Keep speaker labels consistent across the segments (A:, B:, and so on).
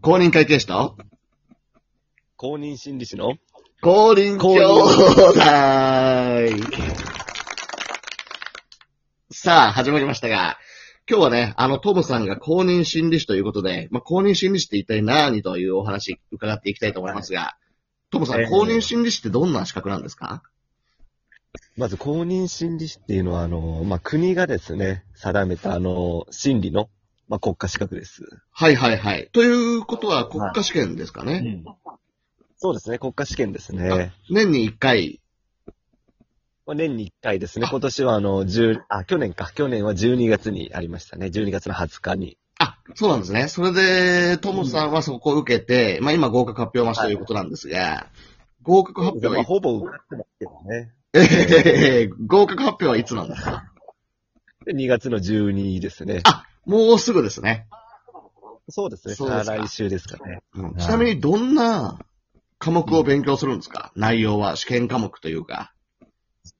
A: 公認会計士と、
B: 公認心理師の
A: 公認
B: 公認
A: 兄弟さあ、始まりましたが、今日はね、あの、トムさんが公認心理師ということで、まあ、公認心理師って一体何というお話伺っていきたいと思いますが、トムさ
B: え
A: ん、
B: ー
A: 公認心理師ってどんな資格なんですか
B: まず公認心理師っていうのは、あの、まあ、国がですね、定めた、あの、心理の、まあ、国家資格です。
A: はいはいはい。ということは国家試験ですかね。
B: そうですね、国家試験ですね。
A: 年に1回。
B: まあ年に1回ですね。今年は、あの、10、あ、去年か。去年は12月にありましたね。12月の20日に。
A: あ、そうなんですね。それで、トムさんはそこを受けて、まあ今合格発表待ちということなんですが、合格発表
B: ま
A: は
B: あ、
A: い
B: ほぼ受かってますけどね。
A: えー合格発表はいつなんですか
B: で2月の12ですね。
A: あもうすぐですね。
B: そうですね。
A: そうですか
B: 来週ですかね。
A: うんちなみにどんな科目を勉強するんですか内容は試験科目というか。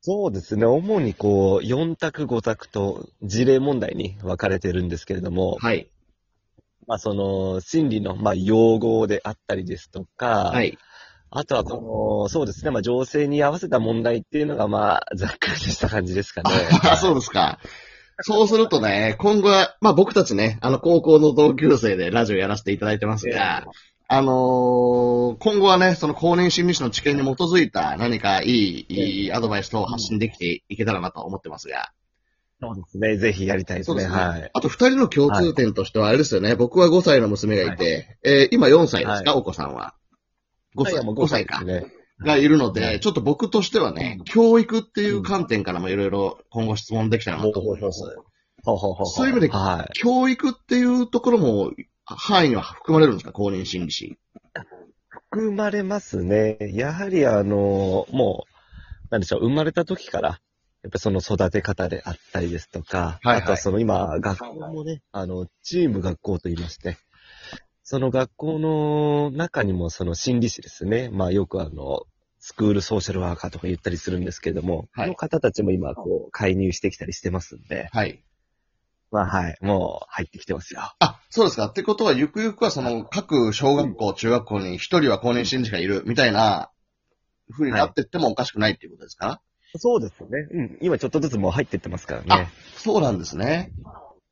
B: そうですね。主にこう、4択5択と事例問題に分かれてるんですけれども、
A: はい。
B: まあ、その、心理の、まあ、用語であったりですとか、
A: はい。
B: あとは、この、そうですね、まあ、情勢に合わせた問題っていうのが、まあ、ざっくりした感じですかね。
A: あそうですか。そうするとね、今後は、まあ僕たちね、あの高校の同級生でラジオやらせてい ただいてますが、あのー今後はね、その公認心理師の知見に基づいた何かいい、いいアドバイス等を発信できていけたらなと思ってますが。
B: そうですね、ぜひやりたいです
A: そう
B: ね。
A: ですね。
B: はい。
A: あと二人の共通点としては、あれですよね、僕は5歳の娘がいて、えー今4歳ですか、お子さんは。5歳、
B: もう
A: 5歳か。
B: ですね。
A: がいるの
B: は
A: で、
B: い
A: ちょっと僕としてはね、教育っていう観点からもいろいろ今後質問できたらなと思います。
B: ほうほうほうほ
A: そういう意味で
B: はい。
A: 教育っていうところも範囲には含まれるんですか公認心理師。
B: 含まれますね。やはり、あの、もう、なんでしょう、生まれた時から、やっぱその育て方であったりですとか、
A: はいはい
B: あとはその今、学校もね、あの、チーム学校と言いまして、その学校の中にもその心理師ですね、まあよくあの、スクールソーシャルワーカーとか言ったりするんですけれども、
A: はい
B: の方たちも今、こう、介入してきたりしてますんで、
A: はい。
B: まあはい、もう入ってきてますよ。
A: あ、そうですか。ってことは、ゆくゆくはその各小学校、中学校に一人は公認心理師がいるみたいなふうになってってもおかしくないっていうことですか、
B: そうですね。うん、今ちょっとずつもう入ってってますから
A: あ
B: ね。
A: そうなんですね。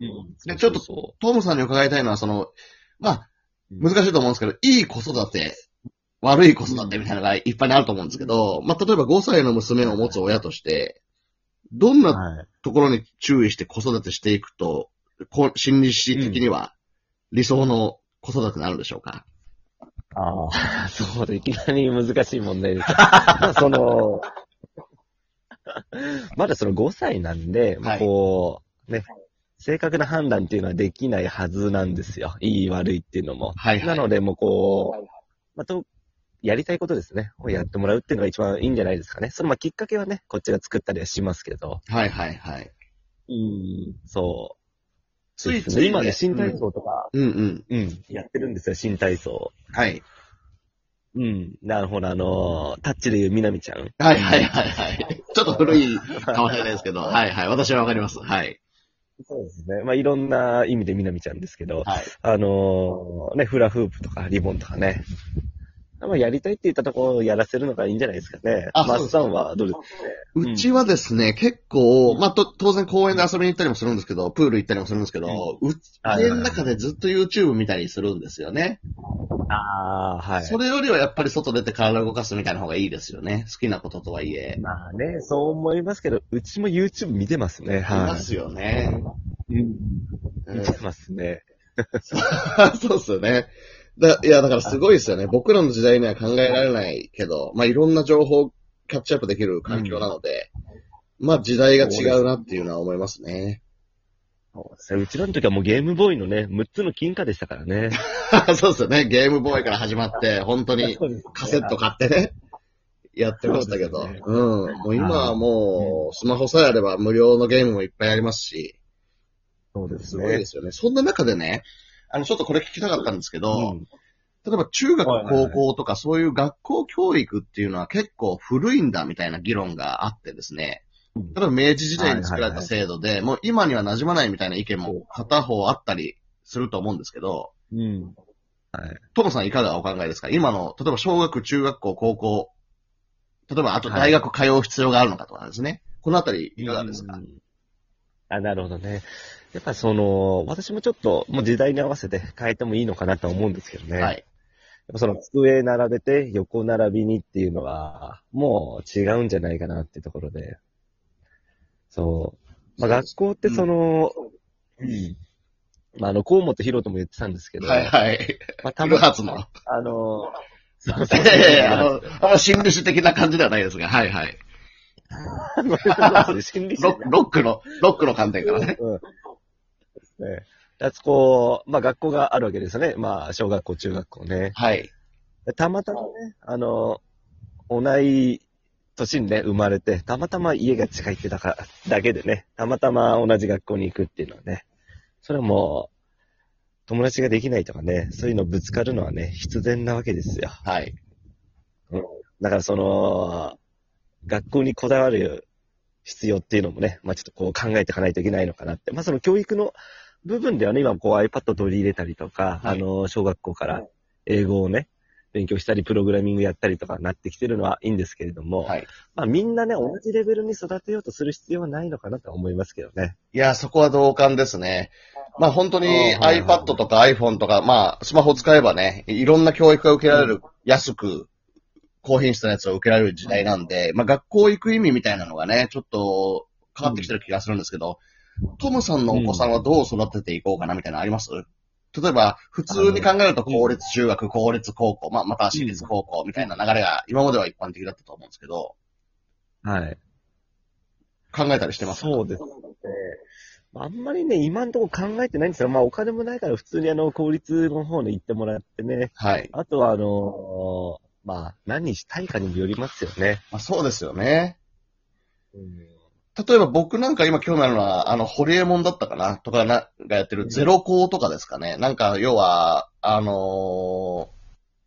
B: うん
A: ちょっと
B: そうそう
A: トムさんに伺いたいのは、その、まあ、
B: うん
A: 難しいと思うんですけど、いい子育て、悪い子育てみたいなのがいっぱいにあると思うんですけど、まあ、例えば5歳の娘を持つ親として、どんな
B: はい。
A: ところに注意して子育てしていくと、こう心理師的には理想の子育てになるんでしょうか、
B: ああ、そうだ、いきなり難しい問 題です。まあその、まだその5歳なんで、まあ
A: はい
B: こう、ね、正確な判断っていうのはできないはずなんですよ。いい悪いっていうのも。
A: はいはい
B: なので、もうこう、まあ、と、やりたいことですね。をやってもらうっていうのが一番いいんじゃないですかね。その、まあ、きっかけはね、こっちが作ったりはしますけど。
A: はいはいはい。
B: うん。そう。
A: つい
B: で
A: つ
B: す
A: い
B: ね
A: ね
B: 今ね、新体操とか、
A: うんうん。
B: うん、やってるんですよ、新体操。
A: はい。
B: うん。なるほど、あのータッチで言うみなみちゃん。
A: はいはいはいはい。ちょっと古いかもしれないですけど、はいはい。私はわかります。はい。
B: そうですね。まあ、いろんな意味でみなみちゃんですけど、
A: はい。
B: あのーね、フラフープとかリボンとかね。まあ、やりたいって言ったところをやらせるのがいいんじゃないですかね。
A: あそ
B: マ
A: う
B: ス
A: ですか
B: さんはどうですか
A: うちはですね、結構、まあ、と、当然公園で遊びに行ったりもするんですけど、プール行ったりもするんですけど、うち、
B: はい
A: 家の中でずっと YouTube 見たりするんですよね。
B: ああ、は
A: それよりはやっぱり外出て体を動かすみたいな方がいいですよね。好きなこととはいえ。
B: まあね、そう思いますけど、うちも YouTube 見てますね。
A: いま
B: は
A: すよね。
B: い。
A: う
B: 見
A: ん
B: てますね。
A: そうっすよね。だいや、だからすごいですよね。僕らの時代には考えられないけど、まあ、いろんな情報をキャッチアップできる環境なので、まあ、時代が違うなっていうのは思いますね。
B: そうですねうちらの時はもうゲームボーイのね、6つの金貨でしたからね。
A: そうっすよね。ゲームボーイから始まって、本当 に
B: そうですね
A: カセット買って ね、やってましたけど。
B: そううです
A: ん。
B: ね
A: もう今はもう、スマホさえあれば無料のゲームもいっぱいありますし、
B: そうです
A: ごいですよね。そんな中でね、あの、ちょっとこれ聞きたかったんですけど、
B: うん
A: 例えば中学、
B: はいはいは
A: 高
B: い
A: 校とかそういう学校教育っていうのは結構古いんだみたいな議論があってですね。
B: うん
A: 例えば明治時代に作られ
B: はいはいは
A: た
B: い
A: 制度で、もう今には馴染まないみたいな意見も片方あったりすると思うんですけど、
B: うん。はい。
A: トモさんいかがお考えですか今の、例えば小学、中学校、高校、例えばあと
B: はい
A: 大学通う必要があるのかとかですね。このあたりいかがですか、
B: うんあ、なるほどね。やっぱその、私もちょっと、もう時代に合わせて変えてもいいのかなとは思うんですけどね。
A: は
B: やっ
A: い。
B: ぱその机並べて、横並びにっていうのは、もう違うんじゃないかなってところで。そう。まあ学校ってその、うんまああの、河本博とも言ってたんですけど、
A: はいはい。
B: まあた
A: タ
B: ま
A: ム
B: に、
A: ハツの。
B: あの、そう
A: い
B: そう
A: やいやいやあの、あんま心理師的な感じではないですが、はいはい。
B: そう心理師
A: ロックロックの、ロックの観点からね。
B: うん。ね。だつこう、まあ学校があるわけですよね。まあ小学校、中学校ね。
A: はい。
B: でたまたまね、あの、同い年にね、生まれて、たまたま家が近いってだかだけでね、たまたま同じ学校に行くっていうのはね、それはもう、友達ができないとかね、そういうのぶつかるのはね、必然なわけですよ。
A: はい。
B: だからその、学校にこだわる必要っていうのもね、まあちょっとこう考えていかないといけないのかなって。まあその教育の部分ではね、今こう iPad を取り入れたりとか、
A: はい
B: あの、小学校から英語をね、勉強したり、プログラミングやったりとかなってきてるのはいいんですけれども、
A: はい。
B: まあみんなね、同じレベルに育てようとする必要はないのかなとは思いますけどね。
A: いや、そこは同感ですね。まあ本当に
B: あーはいはい
A: iPad とか iPhone とか、まあスマホ使えばね、いろんな教育が受けられる、安く、高品質なやつを受けられる時代なんで、まあ学校行く意味みたいなのがね、ちょっと変わってきてる気がするんですけど、トムさんのお子さんはどう育てていこうかなみたいなのあります例えば、普通に考えると公立中学、公立高校、まあまた私立高校みたいな流れが今までは一般的だったと思うんですけど、
B: はい。
A: 考えたりしてますか
B: そうですね。まああんまりね、今んとこ考えてないんですよ。まあお金もないから普通にあの、公立の方に行ってもらってね、
A: はい。
B: あとは、あのーまあ、何したいかにもよりますよね。
A: まあそうですよね。例えば僕なんか今興味あるのは、あの、ホリエモンだったかなとかな、がやってるゼロ校とかですかね。なんか、要は、あのー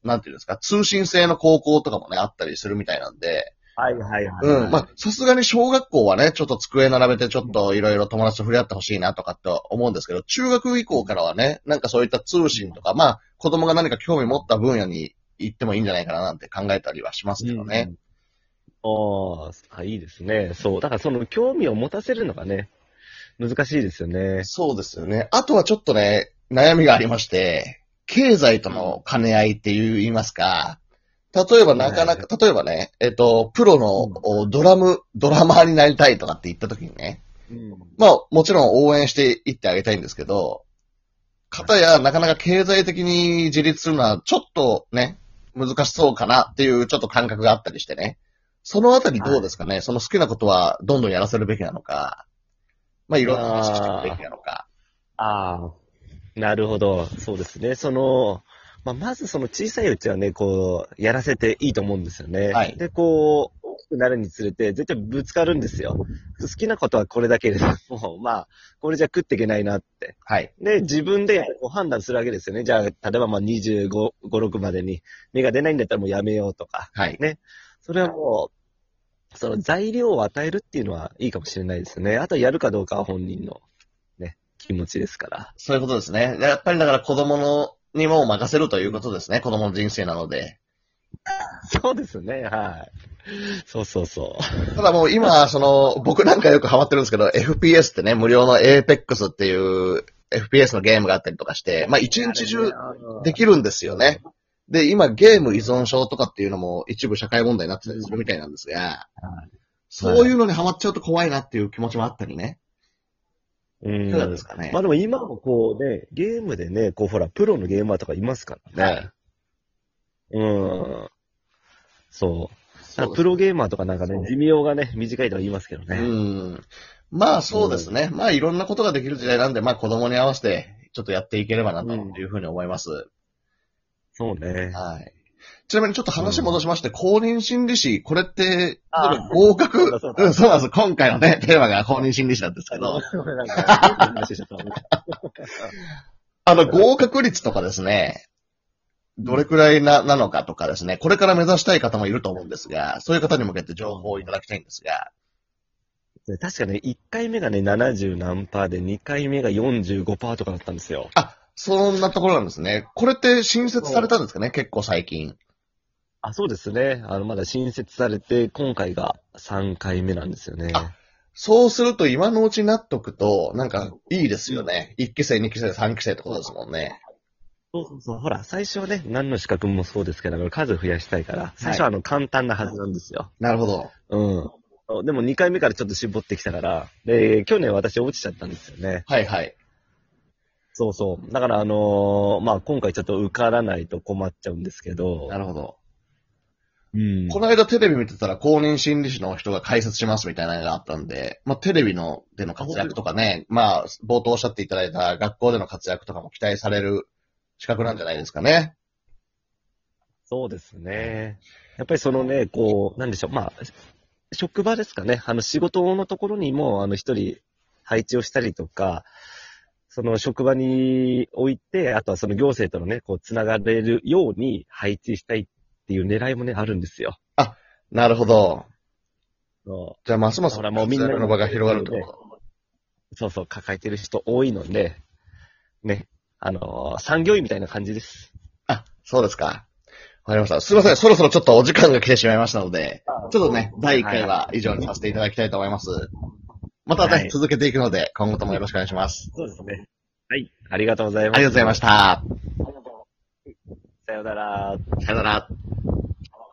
A: なんていうんですか、通信制の高校とかもね、あったりするみたいなんで、
B: はいはいはい。
A: うん。まあ、さすがに小学校はね、ちょっと机並べてちょっといろいろ友達と触れ合ってほしいなとかって思うんですけど、中学以降からはね、なんかそういった通信とか、まあ、子供が何か興味持った分野に行ってもいいんじゃないかななんて考えたりはしますけどね。
B: うん。あーあ、いいですね。そう。だからその興味を持たせるのがね、難しいですよね。
A: そうですよね。あとはちょっとね、悩みがありまして、経済との兼ね合いって言いますか、例えばなかなか、例えばね、えっと、プロのおドラム、ドラマーになりたいとかって言った時にね、
B: うん。
A: まあもちろん応援していってあげたいんですけど、方やなかなか経済的に自立するのはちょっとね、難しそうかなっていうちょっと感覚があったりしてね、そのあたりどうですかね、その好きなことはどんどんやらせるべきなのか、まあいろんな話していくべきなのか、
B: ああ、なるほど。そうですね。その、まあ、まずその小さいうちはね、こう、やらせていいと思うんですよね。
A: はい
B: で、こう、大きくなるにつれて、絶対ぶつかるんですよ。好きなことはこれだけれど も、まあ、これじゃ食っていけないなって。
A: はい。
B: で、自分でこう判断するわけですよね。じゃあ、例えばまあ25、5、6までに芽が出ないんだったらもうやめようとか。
A: はい。
B: それはもう、その材料を与えるっていうのはいいかもしれないですね。あとはやるかどうかは本人のね、気持ちですから。
A: そういうことですね。やっぱりだから子供のにも任せるということですね。子供の人生なので。
B: そうですね、はい。そうそうそ
A: ただもう今、その、僕なんかよくハマってるんですけど、FPS ってね、無料の Apex っていう FPS のゲームがあったりとかして、まあ一
B: う。
A: 日中で
B: で
A: きるんですよね。で、今ゲーム依存症とかっていうのも一部社会問題になってたりするみたいなんですが、そういうのにハマっちゃうと怖いなっていう気持ちもあったりね。
B: うん
A: いかがですかね
B: まあ。でも今もこうね、ゲームでね、こうほら、プロのゲーマーとかいますからね。
A: はい
B: うん。そう。
A: そうですね
B: プロゲーマーとかなんかね、寿命がね、短いとは言いますけどね。
A: うん。まあそうですね。まあいろんなことができる時代なんで、まあ子供に合わせてちょっとやっていければなというふうに思います。
B: そうね。
A: はい。ちなみにちょっと話戻しまして、公認心理師、これって、
B: あー
A: 合格、
B: そううだ
A: ん、そ
B: そううだ
A: なん です。今回のね、テーマが公認心理師なんですけど、
B: なんか話しちゃった
A: あの、合格率とかですね、どれくらいな、なのかとかですね、これから目指したい方もいると思うんですが、そういう方に向けて情報をいただきたいんですが、
B: 確かね、1回目がね、70何パーで、2回目が45パーとかだったんですよ。
A: あ、そんなところなんですね。これって新設されたんですかね結構最近。
B: あ、そうですね。あの、まだ新設されて、今回が3回目なんですよね。
A: あそうすると今のうちになっとくと、なんかいいですよね。1期生、2期生、3期生ってことですもんね。
B: そうそうそう。ほら、最初はね、何の資格もそうですけど、数増やしたいから、最初はあの、簡単なはずなんですよ。
A: なるほど。
B: うん。でも2回目からちょっと絞ってきたから、で、去年私落ちちゃったんですよね。
A: はいはい。
B: そうそう。だからあのーまあ今回ちょっと受からないと困っちゃうんですけど
A: な、るほど。
B: うん。
A: この間テレビ見てたら公認心理師の人が解説しますみたいなのがあったんで、まあテレビのでの活躍とかね、まあ冒頭おっしゃっていただいた学校での活躍とかも期待される資格なんじゃないですかね。
B: そうですね。やっぱりそのね、こう、なんでしょう、まあ、職場ですかね。あの、仕事のところにも、あの、一人配置をしたりとか、その職場に置いて、あとはその行政とのね、こう、つながれるように配置したいっていう狙いもね、あるんですよ。
A: なるほど。
B: そ
A: じゃあますます
B: ほらもうみんな
A: 活躍の場が広がるってこと。
B: うそうそう、抱えてる人多いので、ね、あのー産業医みたいな感じです。
A: あ、そうですか。わかりました。すいません。そろそろちょっとお時間が来てしまいましたので、ちょっとね、第1回は以上にさせていただきたいと思います。またね、
B: はい
A: 続けていくので、今後ともよろしくお願いします。
B: そうですね。はい、ありがとうござい
A: あ
B: ます。
A: りがとうございました。
B: さようなら。
A: さよなら。